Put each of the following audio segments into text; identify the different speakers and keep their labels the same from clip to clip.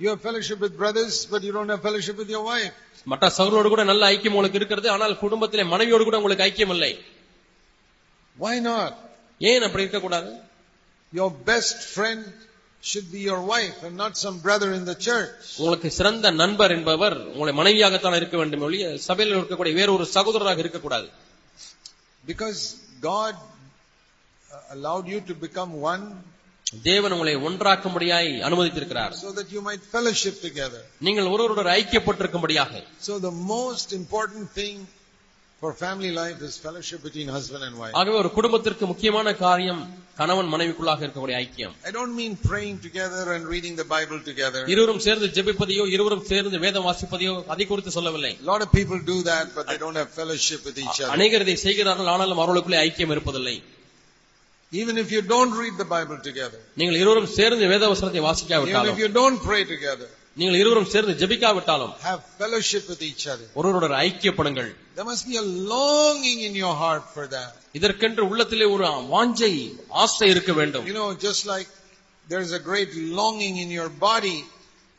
Speaker 1: You have fellowship with brothers, but you don't have fellowship with your wife.
Speaker 2: மற்ற சகோதரோடு கூட நல்ல ஐக்கியம் உங்களுக்கு இருக்கிறது ஆனால் குடும்பத்திலே மனைவியோடு கூட உங்களுக்கு ஐக்கியம் இல்லை
Speaker 1: Why not?
Speaker 2: ஏன் அப்படி இருக்கக்கூடாது
Speaker 1: Your best friend should be your wife and not some brother in the church.
Speaker 2: உங்களுக்கு சிறந்த நண்பர் என்பவர் உங்களை மனைவியாகத்தான் இருக்க வேண்டும் ஒழிய சபையில் இருக்கக்கூடிய வேறொரு சகோதரராக இருக்கக்கூடாது
Speaker 1: Because God uh, allowed you to become one
Speaker 2: தேவன் உங்களை ஒன்றாக்கும்படியாய் அனுமதித்திருக்கிறார்
Speaker 1: so that you might fellowship together.
Speaker 2: நீங்கள் ஒருவரோடு ஐக்கியப்பட்டிருக்கும்படியாக
Speaker 1: So the most important thing for family life is fellowship between husband and wife.
Speaker 2: ஆகவே ஒரு குடும்பத்திற்கு முக்கியமான காரியம் கணவன் மனைவிக்குள்ளாக இருக்கக்கூடிய ஐக்கியம்
Speaker 1: I don't mean praying together and reading the Bible together. A
Speaker 2: இருவரும் சேர்ந்து ஜெபிப்பதையோ இருவரும் சேர்ந்து வேதம் வாசிப்பதையோ அதை குறித்து சொல்லவில்லை
Speaker 1: lot of people do that, but they don't have fellowship with each other.
Speaker 2: அநேகர் இதை செய்கிறார்கள் ஆனாலும் அவர்களுக்குள்ளே ஐக்கியம் இருப்பதில்லை
Speaker 1: Even if you don't read the Bible together,
Speaker 2: நீங்கள் இருவரும் சேர்ந்து வேத வசனத்தை
Speaker 1: even if
Speaker 2: வாசிக்காவிட்டாலும்
Speaker 1: you don't pray together,
Speaker 2: நீங்கள் இருவரும் சேர்ந்து ஜெபிக்காவிட்டாலும்
Speaker 1: have fellowship with each other.
Speaker 2: ஒருவரோட ஐக்கியப்படுங்கள்
Speaker 1: There must be a longing in your heart for that.
Speaker 2: இதற்கென்று உள்ளத்திலே ஒரு வாஞ்சை ஆசை இருக்க வேண்டும்
Speaker 1: You know, just like there's a great longing in your body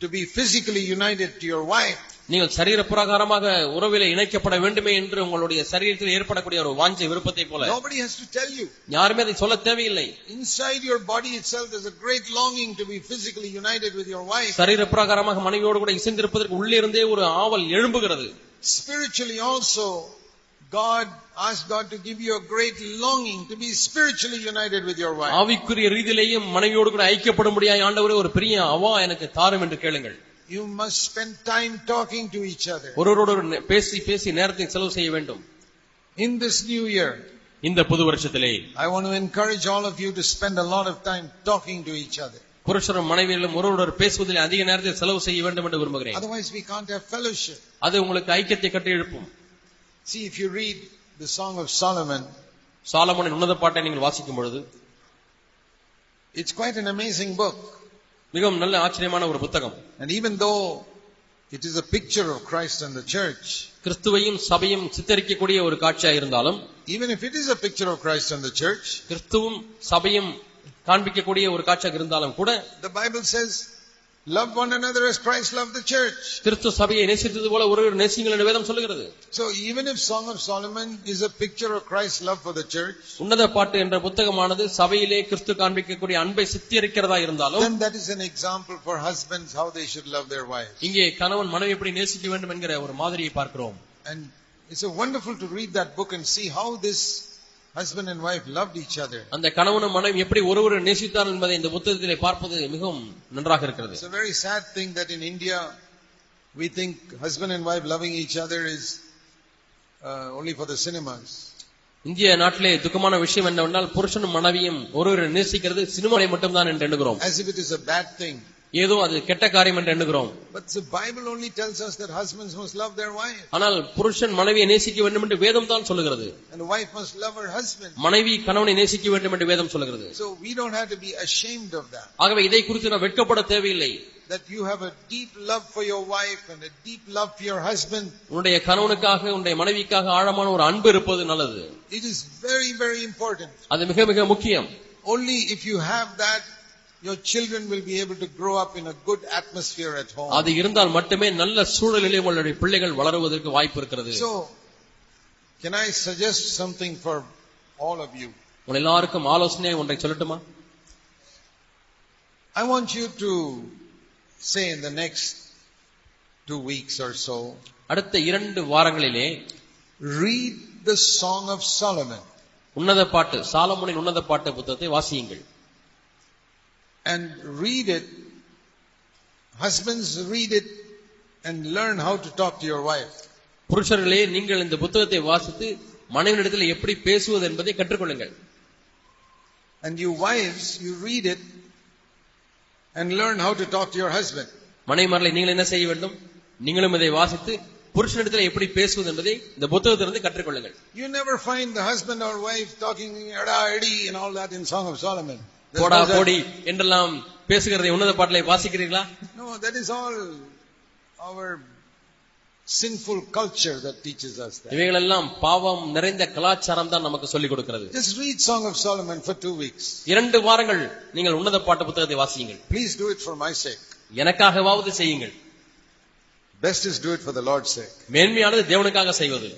Speaker 1: to be physically united to your wife.
Speaker 2: நீங்கள் சரீர பிரகாரமாக உறவிலே இணைக்கப்பட வேண்டுமே என்று உங்களுடைய சரீரத்தில் ஏற்படக்கூடிய ஒரு வாஞ்சை விருப்பத்தை போல
Speaker 1: Nobody has to tell you.
Speaker 2: யாருமே அதை சொல்ல தேவையில்லை
Speaker 1: Inside your body itself, there's a great longing to be physically united with your wife.
Speaker 2: சரீர பிரகாரமாக மனைவியோடு கூட இசைந்திருப்பதற்கு உள்ளே இருந்தே ஒரு ஆவல் எழும்புகிறது
Speaker 1: Spiritually also, God asked God to give you a great longing to be spiritually united with your wife.
Speaker 2: ஆவிக்குரிய ரீதியிலேயும் மனைவியோடு கூட ஐக்கியப்படும்படியாய் ஆண்டவரே ஒரு பெரிய அவா எனக்கு தாரும் என்று கேளுங்கள்
Speaker 1: You must spend time talking to each other.
Speaker 2: ஒருவரோடு ஒரு நே- பேசி பேசி நேரத்தை செலவு செய்ய வேண்டும்
Speaker 1: In this new year,
Speaker 2: இந்த புது வருஷத்திலே
Speaker 1: I want to encourage all of you to spend a lot of time talking to each other.
Speaker 2: புருஷரும் மனைவியிலும் ஒருவரோடு பேசுவதில் அதிக நேரத்தை செலவு செய்ய வேண்டும் என்று விரும்புகிறேன்
Speaker 1: Otherwise, we can't have fellowship.
Speaker 2: அது உங்களுக்கு ஐக்கியத்தை கட்டி எழுப்பும்
Speaker 1: See, if you read the Song of Solomon,
Speaker 2: சாலமோனின் உன்னத பாட்டை நீங்கள் வாசிக்கும் பொழுது
Speaker 1: it's quite an amazing book.
Speaker 2: மிகவும் நல்ல ஆச்சரியமான ஒரு புத்தகம்
Speaker 1: And even though it is a picture of Christ and the church,
Speaker 2: கிறிஸ்துவையும் சபையும் சித்தரிக்கக்கூடிய ஒரு காட்சியா இருந்தாலும்
Speaker 1: even if it is a picture of Christ and the church,
Speaker 2: கிறிஸ்துவும் சபையும் காண்பிக்கக்கூடிய ஒரு காட்சியாக இருந்தாலும் கூட
Speaker 1: the Bible says, love one another as Christ loved the church.
Speaker 2: கிறிஸ்து சபையை நேசித்தது போல ஒரு நேசிங்கள் என்று வேதம் சொல்லுகிறது
Speaker 1: So even if Song of Solomon is a picture of Christ's love for the church,
Speaker 2: உன்னத பாட்டு என்ற புத்தகமானது சபையிலே கிறிஸ்து காண்பிக்கக்கூடிய அன்பை சித்தரிக்கிறதா இருந்தாலும்
Speaker 1: then that is an example for husbands how they should love their wives.
Speaker 2: இங்கே கணவன் மனைவி எப்படி நேசிக்க வேண்டும் என்கிற ஒரு மாதிரியை பார்க்கிறோம்
Speaker 1: And it's a wonderful to read that book and see how this husband and wife loved each other.
Speaker 2: அந்த கணவனும் மனைவி எப்படி ஒருவர் நேசித்தார் என்பதை இந்த புத்தகத்திலே பார்ப்பது மிகவும் நன்றாக இருக்கிறது
Speaker 1: It's a very sad thing that in India, we think husband and wife loving each other is uh, only for the cinemas.
Speaker 2: இந்திய நாட்டிலே துக்கமான விஷயம் என்னவென்றால் புருஷனும் மனைவியும் ஒருவரை நேசிக்கிறது சினிமாவை மட்டும்தான் என்று எண்ணுகிறோம்
Speaker 1: As if it is a bad thing.
Speaker 2: ஏதோ அது கெட்ட காரியம் என்று எண்ணுகிறோம்
Speaker 1: But the Bible only tells us that husbands must love their wife
Speaker 2: ஆனால் புருஷன் மனைவியை நேசிக்க வேண்டும் என்று வேதம் தான் சொல்லுகிறது
Speaker 1: and the wife must love her husband.
Speaker 2: மனைவி கணவனை நேசிக்க வேண்டும் என்று வேதம் சொல்லுகிறது
Speaker 1: So we don't have to be ashamed of that.
Speaker 2: ஆகவே இதை குறித்து நான் வெட்கப்பட தேவையில்லை
Speaker 1: That you have a deep love for your wife and a deep love for your husband.
Speaker 2: உன்னுடைய கணவனுக்காக உன்னுடைய மனைவிக்காக ஆழமான ஒரு அன்பு இருப்பது நல்லது
Speaker 1: It is very, very important.
Speaker 2: அது மிக மிக முக்கியம்
Speaker 1: Only if you have that, your children will be able to grow up in a good atmosphere at home.
Speaker 2: அது இருந்தால் மட்டுமே நல்ல சூழலிலே உங்களுடைய பிள்ளைகள் வளருவதற்கு வாய்ப்பு இருக்கிறது
Speaker 1: So, can I suggest something for all of you?
Speaker 2: உங்கள் எல்லாருக்கும் ஆலோசனை ஒன்றை சொல்லட்டுமா
Speaker 1: I want you to say in the next two weeks or so,
Speaker 2: அடுத்த இரண்டு வாரங்களிலே
Speaker 1: read the Song of Solomon
Speaker 2: உன்னத பாட்டு சாலமோனின் உன்னத பாட்டு புத்தகத்தை வாசியுங்கள்
Speaker 1: and read it. Husbands, read it and learn how to talk to your wife.
Speaker 2: புருஷர்களே நீங்கள் இந்த புத்தகத்தை வாசித்து மனைவியிடத்தில் எப்படி பேசுவது என்பதை கற்றுக்கொள்ளுங்கள்
Speaker 1: And you wives, you read it and learn how to talk to your husband.
Speaker 2: மனைவிமார்களை நீங்கள் என்ன செய்ய வேண்டும் நீங்களும் இதை வாசித்து புருஷனிடத்தில் எப்படி பேசுவது என்பதை இந்த புத்தகத்திலிருந்து கற்றுக்கொள்ளுங்கள்
Speaker 1: You never find the husband or wife talking "Ada, edi" and all that in Song of Solomon. There's
Speaker 2: போடா
Speaker 1: no such-
Speaker 2: போடி என்றெல்லாம் பேசுகிறதை உன்னத பாட்டிலே வாசிக்கிறீர்களா
Speaker 1: No, that is all our sinful culture that teaches us that.
Speaker 2: இவைகளெல்லாம் பாவம் நிறைந்த கலாச்சாரம் தான் நமக்கு சொல்லிக் கொடுக்கிறது
Speaker 1: Just read Song of Solomon for two weeks.
Speaker 2: இரண்டு வாரங்கள் நீங்கள் உன்னத பாட்டு புத்தகத்தை வாசியுங்கள்
Speaker 1: Please do it for my sake.
Speaker 2: எனக்காகவாவது செய்யுங்கள்
Speaker 1: Best is do it for the Lord's sake.
Speaker 2: மேன்மையானது தேவனுக்காக செய்வது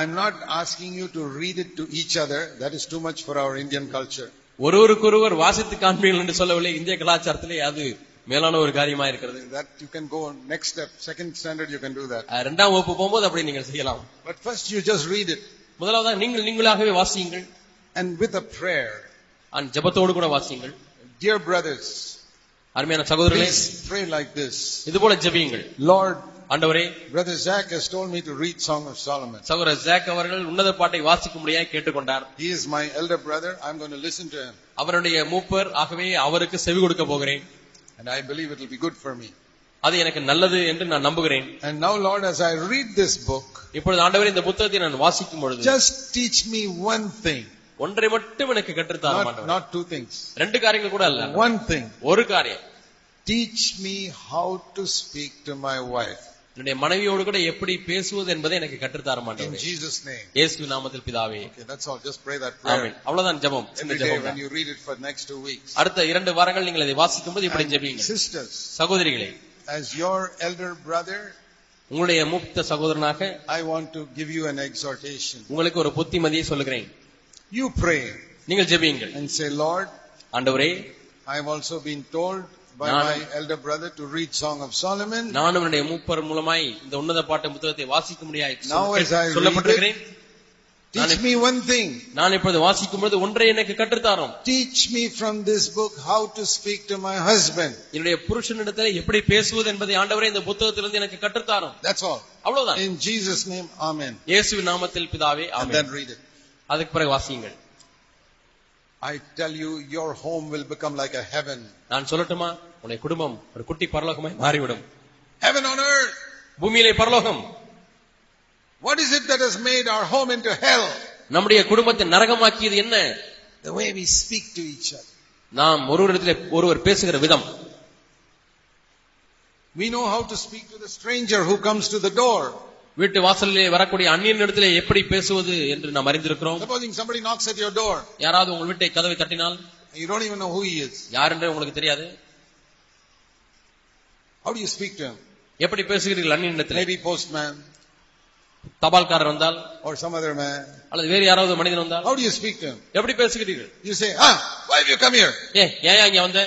Speaker 1: I'm not asking you to read it to each other. That is too much for our Indian culture.
Speaker 2: ஒருவருக்கொருவர் வாசித்து காண்பீர்கள் என்று சொல்லவில்லை இந்திய கலாச்சாரத்திலே அது மேலான ஒரு காரியமா இருக்கிறது
Speaker 1: That you can go on next step, second standard you can do that.
Speaker 2: அஹ், இரண்டாம் வகுப்பு போகும்போது அப்படி நீங்கள் செய்யலாம்
Speaker 1: But first you just read it
Speaker 2: முதலாவதாக நீங்கள் நீங்களாகவே வாசியுங்கள்
Speaker 1: and with a prayer.
Speaker 2: And ஜெபத்தோடு கூட வாசியுங்கள்
Speaker 1: Dear brothers,
Speaker 2: அருமையான சகோதரர்களே
Speaker 1: please pray like this.
Speaker 2: இது போல ஜெபியுங்கள்
Speaker 1: Lord,
Speaker 2: ஆண்டவரே
Speaker 1: Brother Zach has told me to read Song of Solomon.
Speaker 2: சகோதரர் ஜாக் அவர்கள் உன்னத பாட்டை வாசிக்கும்படியாக கேட்டுக்கொண்டார்
Speaker 1: He is my elder brother. I'm going to listen to him
Speaker 2: அவருடைய மூப்பர் ஆகவே அவருக்கு செவி கொடுக்க போகிறேன்
Speaker 1: and I believe it will be good for me.
Speaker 2: அது எனக்கு நல்லது என்று நான் நம்புகிறேன்
Speaker 1: And now Lord, as I read this book,
Speaker 2: இப்பொழுது ஆண்டவரே இந்த புத்தகத்தை நான் வாசிக்கும் பொழுது
Speaker 1: just teach me one thing,
Speaker 2: ஒன்றை மட்டும் எனக்கு கற்றுத்தார
Speaker 1: not,
Speaker 2: மாட்டேன்
Speaker 1: not two things.
Speaker 2: ரெண்டு காரியங்கள் கூட அல்ல
Speaker 1: One thing.
Speaker 2: ஒரு காரியம்
Speaker 1: Teach me how to speak to my wife.
Speaker 2: என்னுடைய மனைவியோடு கூட எப்படி பேசுவது என்பதை எனக்கு கற்றுத்தார
Speaker 1: In
Speaker 2: மாட்டேன்
Speaker 1: Jesus' name.
Speaker 2: இயேசு நாமத்தில் பிதாவே
Speaker 1: Okay, that's all. Just pray that
Speaker 2: amen
Speaker 1: prayer
Speaker 2: அவ்வளவுதான் ஜெபம் சின்ன
Speaker 1: every day
Speaker 2: ஜெபம்
Speaker 1: when
Speaker 2: தான்.
Speaker 1: you read it for next two weeks.
Speaker 2: அடுத்த இரண்டு வாரங்கள் நீங்கள் இதை வாசிக்கும்போது இப்படி
Speaker 1: And
Speaker 2: ஜெபியுங்கள்
Speaker 1: sisters,
Speaker 2: சகோதரிகளே
Speaker 1: as your elder brother,
Speaker 2: உங்களுடைய மூத்த சகோதரனாக
Speaker 1: I want to give you an exhortation.
Speaker 2: உங்களுக்கு ஒரு புத்திமதியை சொல்லுகிறேன்
Speaker 1: You pray
Speaker 2: நீங்கள் ஜெபியுங்கள்
Speaker 1: and say, Lord,
Speaker 2: ஆண்டவரே
Speaker 1: I've also been told by
Speaker 2: Nanu-
Speaker 1: my elder brother to read Song of Solomon.
Speaker 2: நானும் என்னுடைய மூப்பர் மூலமாய் இந்த உன்னத பாட்டு புத்தகத்தை வாசிக்க
Speaker 1: Now as I read
Speaker 2: சொல்லப்பட்டிருக்கிறேன்
Speaker 1: Teach
Speaker 2: Nanu-
Speaker 1: me one thing.
Speaker 2: நான் இப்பொழுது வாசிக்கும் பொழுது ஒன்றை எனக்கு கற்றுத்தாரும்
Speaker 1: Teach me from this book how to speak to my husband.
Speaker 2: என்னுடைய புருஷனிடத்தில் எப்படி பேசுவது என்பதை ஆண்டவரே இந்த புத்தகத்திலிருந்து எனக்கு கற்றுத்தாரும்
Speaker 1: That's all.
Speaker 2: அவ்வளவுதான்
Speaker 1: In Jesus' name, Amen.
Speaker 2: இயேசுவின் நாமத்தில் பிதாவே
Speaker 1: And
Speaker 2: amen
Speaker 1: then read it.
Speaker 2: அதுக்கு பிறகு வாசியுங்கள்
Speaker 1: I tell you, your home will become like a heaven.
Speaker 2: நான் சொல்லட்டுமா உன்னுடைய குடும்பம் ஒரு குட்டி பரலோகமாய் மாறிவிடும்
Speaker 1: Heaven on earth.
Speaker 2: பூமியிலே பரலோகம்
Speaker 1: What is it that has made our home into hell?
Speaker 2: நம்முடைய குடும்பத்தை நரகமாக்கியது என்ன
Speaker 1: The way we speak to each other.
Speaker 2: நாம் ஒருவரிடத்திலே ஒருவர் பேசுகிற விதம்
Speaker 1: We know how to speak to the stranger who comes to the door.
Speaker 2: வீட்டு வாசலிலே வரக்கூடிய அந்நியனிடத்திலே எப்படி பேசுவது என்று நாம் அறிந்திருக்கிறோம்
Speaker 1: Supposing somebody knocks at your door,
Speaker 2: யாராவது உங்கள் வீட்டை கதவை தட்டினால்
Speaker 1: you don't even know who he is.
Speaker 2: யார் என்றே உங்களுக்கு தெரியாது
Speaker 1: How do you speak to him?
Speaker 2: எப்படி பேசுகிறீர்கள் அந்நியனிடத்திலே
Speaker 1: Maybe postman
Speaker 2: தபால்காரர் வந்தால்
Speaker 1: or some other man.
Speaker 2: அல்லது வேறு யாராவது மனிதன் வந்தால்
Speaker 1: How do you speak to him?
Speaker 2: எப்படி பேசுகிறீர்கள்
Speaker 1: You say, ah, why have you come here?
Speaker 2: ஏ ஏன் இங்க வந்த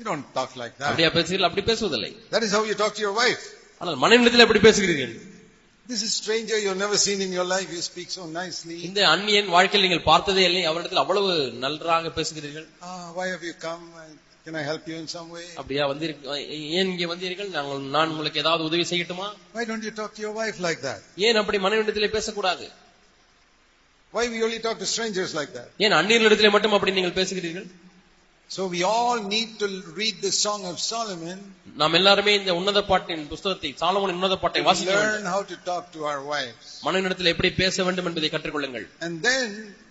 Speaker 1: You don't talk like that.
Speaker 2: அப்படியா பேசுகிறீர்கள் அப்படி பேசுவதில்லை
Speaker 1: That is how you talk to your wife.
Speaker 2: ஆனால் மனைவிடத்தில் எப்படி பேசுகிறீர்கள்
Speaker 1: This is stranger you've never seen in your life. You speak so nicely.
Speaker 2: இந்த அந்நியன் வாழ்க்கையில் நீங்கள் பார்த்ததே இல்லை அவரிடத்தில் அவ்வளவு நன்றாக பேசுகிறீர்கள்
Speaker 1: Ah, why have you come? I- Can I help you in some way?
Speaker 2: அப்படியா வந்தீர்கள் ஏன் இங்கே வந்தீர்கள் நாங்கள் நான் உங்களுக்கு ஏதாவது உதவி செய்யட்டுமா
Speaker 1: Why don't you talk to your wife like that?
Speaker 2: ஏன் அப்படி மனைவிடத்திலே பேசக்கூடாது
Speaker 1: Why we only talk to strangers like that?
Speaker 2: ஏன் அந்நியர்களிடத்திலே மட்டும் அப்படி நீங்கள் பேசுகிறீர்கள்
Speaker 1: So we all need to read the Song of Solomon
Speaker 2: நாம் எல்லாருமே இந்த உன்னத பாட்டின் புஸ்தகத்தை சாலமோனின் உன்னத பாட்டை
Speaker 1: to
Speaker 2: வாசிக்க
Speaker 1: learn
Speaker 2: வேண்டும்
Speaker 1: how to talk to our wives.
Speaker 2: மனைவிடத்தில் எப்படி பேச வேண்டும் என்பதை கற்றுக்கொள்ளுங்கள்
Speaker 1: And then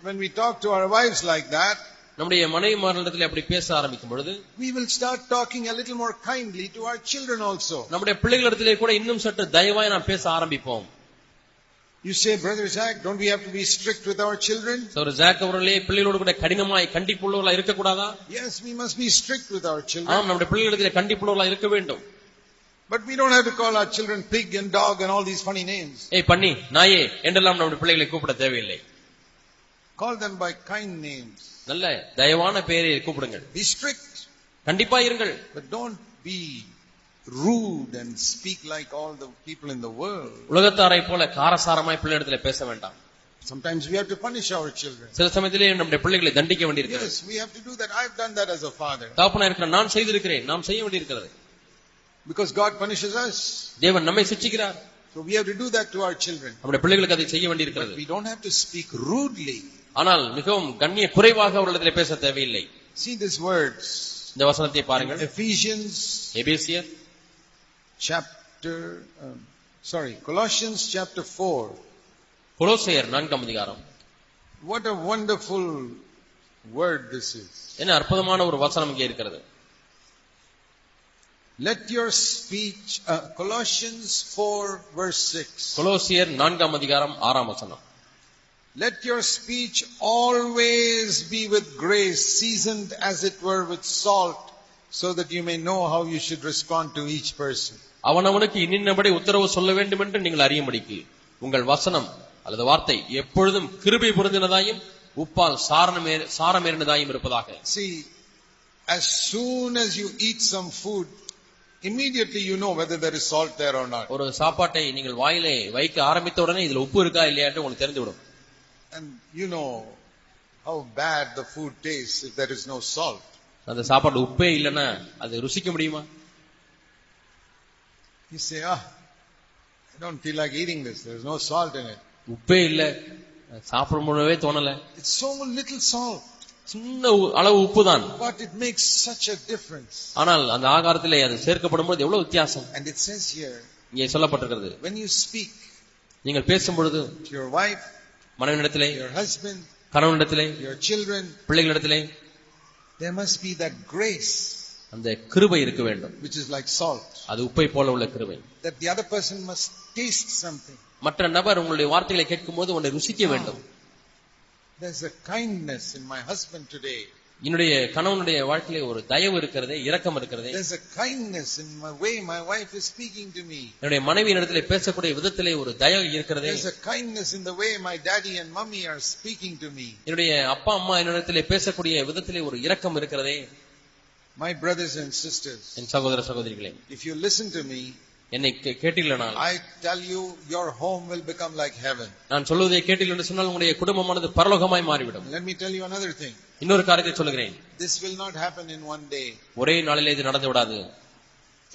Speaker 1: when we talk to our wives like that,
Speaker 2: நம்முடைய மனைவிமாரிடத்தில் அப்படி பேச ஆரம்பிக்கும் பொழுது
Speaker 1: we will start talking a little more kindly to our children also.
Speaker 2: நம்முடைய பிள்ளைகளிடத்திலே கூட இன்னும் சற்று தயவாய் நாம் பேச ஆரம்பிப்போம்
Speaker 1: You say, Brother Zach, don't we have to be strict with our children?
Speaker 2: So, ஒரு ஜாக் அவர்களே பிள்ளைகளோடு கூட கடினமாய் கண்டிப்புள்ளவர்களா இருக்கக்கூடாதா
Speaker 1: Yes, we must be strict with our children.
Speaker 2: ஆம் நம்முடைய பிள்ளைகளிடத்திலே கண்டிப்புள்ளவர்களா இருக்க வேண்டும்
Speaker 1: But we don't have to call our children pig and dog and all these funny names.
Speaker 2: ஏய் பண்ணி நாயே என்றெல்லாம் நம்முடைய பிள்ளைகளை கூப்பிட தேவையில்லை
Speaker 1: Call them by kind names.
Speaker 2: நல்ல தயவான பெயரை கூப்பிடுங்கள்
Speaker 1: Be strict,
Speaker 2: கண்டிப்பா இருங்கள்
Speaker 1: but don't be rude and speak like all the people in the world.
Speaker 2: உலகத்தாரை போல காரசாரமாய் பிள்ளையிடத்துல பேச வேண்டாம்
Speaker 1: Sometimes we have to punish our children.
Speaker 2: சில சமயத்திலே நம்முடைய பிள்ளைகளை தண்டிக்க வேண்டியிருக்கிறது
Speaker 1: Yes, we have to do that. I've done that as a father.
Speaker 2: தாப்பனா இருக்கிற நான் செய்திருக்கிறேன் நாம் செய்ய வேண்டியிருக்கிறது
Speaker 1: Because God punishes us.
Speaker 2: தேவன் நம்மை சிச்சிக்கிறார்
Speaker 1: So we have to do that to our children.
Speaker 2: நம்முடைய பிள்ளைகளுக்கு அதை செய்ய வேண்டியிருக்கிறது
Speaker 1: We don't have to speak rudely.
Speaker 2: ஆனால் மிகவும் கண்ணிய குறைவாக அவர்களிடத்திலே பேச தேவையில்லை
Speaker 1: See these words.
Speaker 2: இந்த வசனத்தை பாருங்கள்
Speaker 1: Ephesians
Speaker 2: எபேசியர்
Speaker 1: chapter, um, sorry, Colossians chapter 4.
Speaker 2: கொலோசையர் நான்காம் அதிகாரம்
Speaker 1: What a wonderful word this is.
Speaker 2: என்ன அற்புதமான ஒரு வசனம் இங்கே இருக்கிறது
Speaker 1: Let your speech, uh, Colossians 4 verse 6.
Speaker 2: கொலோசியர் நான்காம் அதிகாரம் ஆறாம் வசனம்
Speaker 1: Let your speech always be with grace, seasoned as it were with salt, so that you may know how you should respond to each person.
Speaker 2: அவனவனுக்கு இன்னின்னபடி உத்தரவு சொல்ல வேண்டும் என்று நீங்கள் அறியும்படிக்கு உங்கள் வசனம் அல்லது வார்த்தை எப்பொழுதும் கிருபை புரிந்தினதாயும் உப்பால் சாரணமே- சாரமேறினதாயும் இருப்பதாக
Speaker 1: See, as soon as you eat some food, immediately you know whether there is salt there or not.
Speaker 2: ஒரு சாப்பாட்டை நீங்கள் வாயிலே வைக்க ஆரம்பித்த உடனே இதுல உப்பு இருக்கா இல்லையா என்று உங்களுக்கு தெரிந்துவிடும்
Speaker 1: And you know how bad the food tastes if there is no salt.
Speaker 2: அந்த சாப்பாடு உப்பே இல்லைன்னா அது ருசிக்க முடியுமா
Speaker 1: You say, ah, I don't feel like eating this. There's no salt in it.
Speaker 2: உப்பே இல்ல சாப்பிடும் போதவே தோணல
Speaker 1: It's so little salt,
Speaker 2: சின்ன உ- அளவு உப்பு தான்
Speaker 1: but it makes such a difference.
Speaker 2: ஆனால் அந்த ஆகாரத்திலே அது சேர்க்கப்படும் போது எவ்வளவு வித்தியாசம்
Speaker 1: And it says here,
Speaker 2: இங்கே சொல்லப்பட்டிருக்கிறது
Speaker 1: when you speak
Speaker 2: நீங்கள் பேசும் பொழுது
Speaker 1: to your wife,
Speaker 2: மனைவியிடத்திலே
Speaker 1: your husband,
Speaker 2: கணவனிடத்திலே
Speaker 1: your children,
Speaker 2: பிள்ளைகளிடத்திலே
Speaker 1: there must be that grace
Speaker 2: அந்த கிருபை இருக்க வேண்டும்
Speaker 1: which is like salt,
Speaker 2: அது உப்பை போல உள்ள கிருபை
Speaker 1: that the other person must taste something.
Speaker 2: மற்ற நபர் உங்களுடைய வார்த்தைகளை கேட்கும் போது உன்னை ருசிக்க வேண்டும்
Speaker 1: There's a kindness in my husband today.
Speaker 2: என்னுடைய கணவனுடைய வாழ்க்கையிலே ஒரு தயவு இருக்கிறதே இரக்கம் இருக்கிறதே
Speaker 1: There's a kindness in my way my wife is speaking to me.
Speaker 2: என்னுடைய மனைவியின் இடத்திலே பேசக்கூடிய விதத்திலே ஒரு தயவு இருக்கிறதே
Speaker 1: There's a kindness in the way my daddy and mummy are speaking to me.
Speaker 2: என்னுடைய அப்பா அம்மா என்னிடத்திலே பேசக்கூடிய விதத்திலே ஒரு இரக்கம் இருக்கிறதே
Speaker 1: My brothers and sisters,
Speaker 2: என் சகோதர சகோதரிகளே
Speaker 1: if you listen to me,
Speaker 2: என்னை கே- கேட்டீர்களானால்
Speaker 1: I tell you your home will become like heaven.
Speaker 2: நான் சொல்வதை கேட்டீர்கள் என்று சொன்னால் உங்களுடைய குடும்பமானது பரலோகமாய் மாறிவிடும்
Speaker 1: Let me tell you another thing.
Speaker 2: இன்னொரு காரியத்தை சொல்லுகிறேன்
Speaker 1: This will not happen in one day.
Speaker 2: ஒரே நாளிலே இது நடந்து விடாது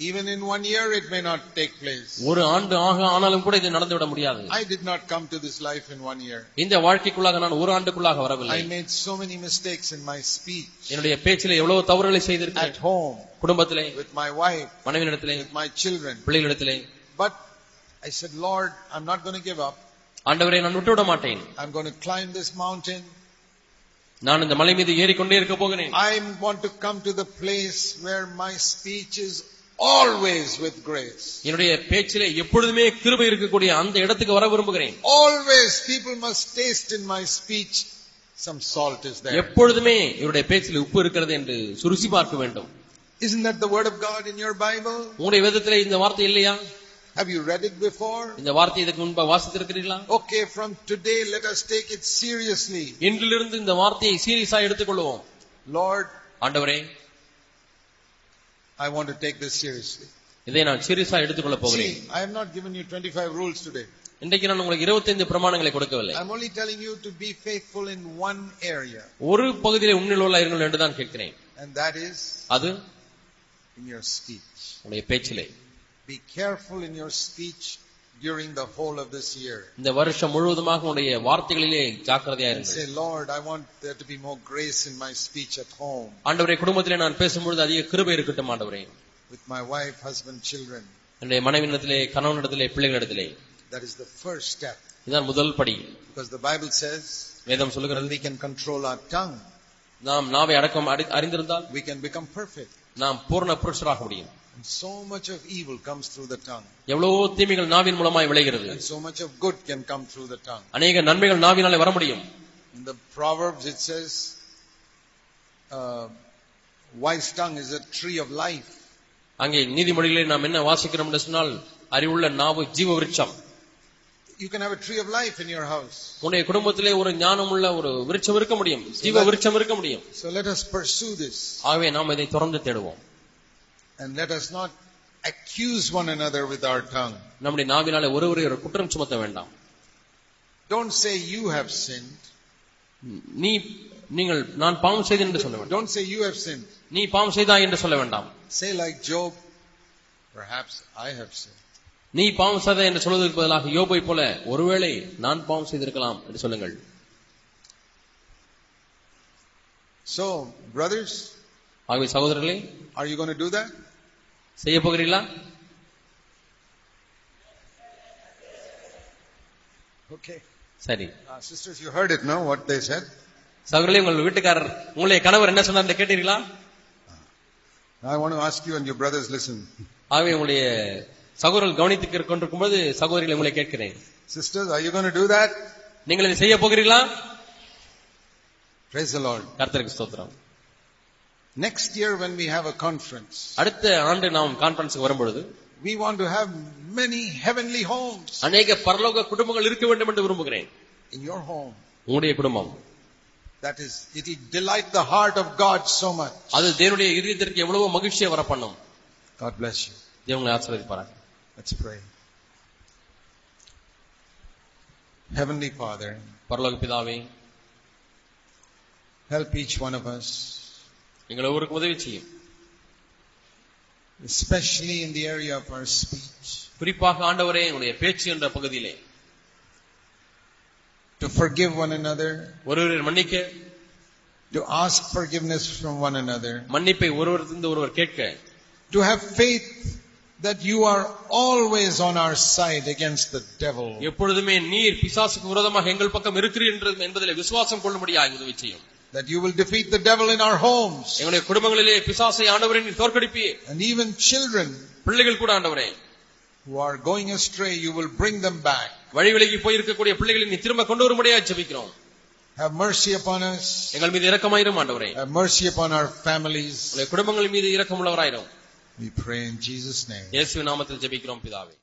Speaker 1: Even in one year it may not take place.
Speaker 2: ஒரு ஆண்டு ஆக ஆனாலும் கூட இது நடந்து விட முடியாது
Speaker 1: I did not come to this life in one year.
Speaker 2: இந்த வாழ்க்கைக்குள்ளாக நான் ஒரு ஆண்டுக்குள்ளாக வரவில்லை
Speaker 1: I made so many mistakes in my speech,
Speaker 2: என்னுடைய பேச்சிலே எவ்வளவு தவறுகளை
Speaker 1: at
Speaker 2: செய்திருக்கிறேன்
Speaker 1: home,
Speaker 2: குடும்பத்திலே
Speaker 1: with my wife,
Speaker 2: மனைவியிடத்திலே
Speaker 1: with my children.
Speaker 2: பிள்ளைகளிடத்திலே
Speaker 1: But I said, Lord, I'm not going to give up.
Speaker 2: ஆண்டவரை நான் விட்டுவிட மாட்டேன்
Speaker 1: I'm going to climb this mountain.
Speaker 2: நான் இந்த மலை மீது ஏறிக்கொண்டே இருக்க போகிறேன்
Speaker 1: I want to come to the place where my speech is always with grace.
Speaker 2: என்னுடைய பேச்சிலே எப்பொழுதுமே கிருபை இருக்கக்கூடிய அந்த இடத்துக்கு வர விரும்புகிறேன்
Speaker 1: Always people must taste in my speech some salt is there.
Speaker 2: எப்பொழுதுமே இவருடைய பேச்சில் உப்பு இருக்கிறது என்று சுருசி பார்க்க வேண்டும்
Speaker 1: Isn't that the word of God in your Bible?
Speaker 2: உங்களுடைய வேதத்திலே இந்த வார்த்தை இல்லையா
Speaker 1: Have you read it before?
Speaker 2: இந்த வார்த்தை இதற்கு முன்பு வாசித்திருக்கிறீர்களா
Speaker 1: Okay, from today let us take it seriously.
Speaker 2: இன்றிலிருந்து இந்த வார்த்தையை சீரியஸா எடுத்துக்கொள்வோம்
Speaker 1: Lord,
Speaker 2: ஆண்டவரே
Speaker 1: I want to take this seriously.
Speaker 2: இதை நான் சீரியஸா எடுத்துக்கொள்ள போகிறேன்
Speaker 1: See, I have not given you 25 rules today.
Speaker 2: இன்றைக்கு நான் உங்களுக்கு 25 பிரமாணங்களை கொடுக்கவில்லை
Speaker 1: I'm only telling you to be faithful in one area,
Speaker 2: ஒரு பகுதியிலே உண்மையுள்ள இருங்கள் என்று தான் கேட்கிறேன்
Speaker 1: and that is
Speaker 2: அது
Speaker 1: in your speech.
Speaker 2: உங்களுடைய பேச்சிலே
Speaker 1: Be careful in your speech during the whole of this year.
Speaker 2: இந்த வருஷம் முழுவதுமாக உங்களுடைய வார்த்தைகளிலே ஜாக்கிரதையா
Speaker 1: And say,
Speaker 2: இருங்கள்
Speaker 1: Lord, I want there to be more grace in my speech at home,
Speaker 2: ஆண்டவரே குடும்பத்திலே நான் பேசும்பொழுது அதிக கிருபை இருக்கட்டும் ஆண்டவரே
Speaker 1: with my wife, husband, children.
Speaker 2: என்னுடைய மனைவியிடத்திலே கணவனிடத்திலே பிள்ளைகளிடத்திலே
Speaker 1: That is the first step.
Speaker 2: இதுதான் முதல் படி
Speaker 1: Because the Bible says,
Speaker 2: வேதம்
Speaker 1: when
Speaker 2: சொல்லுகிறது
Speaker 1: we can control our tongue,
Speaker 2: நாம் நாவை அடக்கம் அறி- அறிந்திருந்தால்
Speaker 1: we can become perfect.
Speaker 2: நாம் பூரண புருஷராக முடியும்
Speaker 1: And so much of evil comes through the tongue.
Speaker 2: எவ்வளவோ தீமைகள் நாவின் மூலமாய் விளைகிறது
Speaker 1: And so much of good can come through the tongue.
Speaker 2: அநேக நன்மைகள் நாவினாலே வர முடியும்
Speaker 1: In the Proverbs it says, uh, wise tongue is a tree of life.
Speaker 2: அங்கே நீதிமொழிகளை நாம் என்ன வாசிக்கிறோம் என்று சொன்னால் அறிவுள்ள நாவு ஜீவ விருட்சம்
Speaker 1: You can have a tree of life in your house.
Speaker 2: உன்னுடைய குடும்பத்திலே ஒரு ஞானம் உள்ள ஒரு விருட்சம் இருக்க முடியும் ஜீவ விருட்சம் இருக்க முடியும்
Speaker 1: So let us pursue this
Speaker 2: ஆகவே நாம் இதை தொடர்ந்து தேடுவோம்
Speaker 1: and let us not accuse one another with our tongue.
Speaker 2: நம்முடைய நாவினாலே ஒருவரை ஒரு குற்றம் சுமத்த வேண்டாம்
Speaker 1: Don't say you have sinned.
Speaker 2: நீ நீங்கள் நான் பாவம் செய்தேன் என்று சொல்ல வேண்டாம்
Speaker 1: Don't say you have sinned.
Speaker 2: நீ பாவம் செய்தாய் என்று சொல்ல வேண்டாம்
Speaker 1: Say like Job, perhaps I have sinned.
Speaker 2: நீ பாவம் செய்தாய் என்று சொல்வதற்கு பதிலாக யோபை போல ஒருவேளை நான் பாவம் செய்திருக்கலாம் என்று சொல்லுங்கள்
Speaker 1: So, brothers,
Speaker 2: ஆகவே சகோதரர்களே
Speaker 1: are you going to do that?
Speaker 2: செய்ய போகிறீர்களா
Speaker 1: Okay.
Speaker 2: சரி
Speaker 1: Uh, sisters, you heard it, no? What they said.
Speaker 2: சகோதரர்களே உங்கள் வீட்டுக்காரர் உங்களுடைய கணவர் என்ன சொன்னார் என்று கேட்டீர்களா
Speaker 1: I want to ask you and your brothers, listen.
Speaker 2: ஆகவே உங்களுடைய சகோதரர்கள் கவனித்துக் கொண்டிருக்கும் போது சகோதரிகளை உங்களை கேட்கிறேன்
Speaker 1: Sisters, are you going to do that?
Speaker 2: நீங்கள் இதை செய்ய போகிறீர்களா
Speaker 1: Praise the Lord.
Speaker 2: கர்த்தருக்கு ஸ்தோத்திரம்
Speaker 1: Next year when we have a conference,
Speaker 2: அடுத்த ஆண்டு நாம் கான்பரன்ஸுக்கு வரும்பொழுது
Speaker 1: we want to have many heavenly homes
Speaker 2: அநேக பரலோக குடும்பங்கள் இருக்க வேண்டும் என்று விரும்புகிறேன்
Speaker 1: in your home.
Speaker 2: உங்களுடைய குடும்பம்
Speaker 1: That is, it'll delight the heart of God so much.
Speaker 2: அது தேவனுடைய இதயத்திற்கு எவ்வளவோ மகிழ்ச்சியை வர பண்ணும்
Speaker 1: God bless you.
Speaker 2: தேவங்களை ஆசீர்வதிப்பாராக
Speaker 1: Let's pray. Heavenly Father,
Speaker 2: பரலோக பிதாவே
Speaker 1: help each one of us,
Speaker 2: நீங்கள் ஒவ்வொருக்கும் உதவி செய்யும்
Speaker 1: especially in the area of our speech,
Speaker 2: குறிப்பாக ஆண்டவரே என்னுடைய பேச்சு என்ற பகுதியிலே
Speaker 1: to forgive one another,
Speaker 2: ஒருவரை மன்னிக்க
Speaker 1: to ask forgiveness from one another,
Speaker 2: மன்னிப்பை ஒருவரிடத்திலிருந்து ஒருவர் கேட்க
Speaker 1: to have faith that you are always on our side against the devil.
Speaker 2: எப்பொழுதுமே நீர் பிசாசுக்கு விரோதமாக எங்கள் பக்கம் இருக்கிறீர் என்று என்பதில் விசுவாசம் கொள்ளும்படியாக உதவி செய்யும்
Speaker 1: That you will defeat the devil in our homes
Speaker 2: எங்களுடைய குடும்பங்களிலே பிசாசை ஆண்டவரே நீர் தோற்கடிப்பீர்
Speaker 1: and even children
Speaker 2: பிள்ளைகள் கூட ஆண்டவரே
Speaker 1: who are going astray, you will bring them back.
Speaker 2: வழி விலகி போயிருக்கக்கூடிய பிள்ளைகளை நீ திரும்ப கொண்டு வரும்படியாக ஜெபிக்கிறோம்
Speaker 1: Have mercy upon us.
Speaker 2: எங்கள் மீது இரக்கமாயிரும் ஆண்டவரே
Speaker 1: Have mercy upon our families.
Speaker 2: உங்களுடைய குடும்பங்கள் மீது இரக்கம் உள்ளவராயிரும்
Speaker 1: We pray in Jesus' name.
Speaker 2: இயேசுவின் நாமத்தில் ஜெபிக்கிறோம் பிதாவே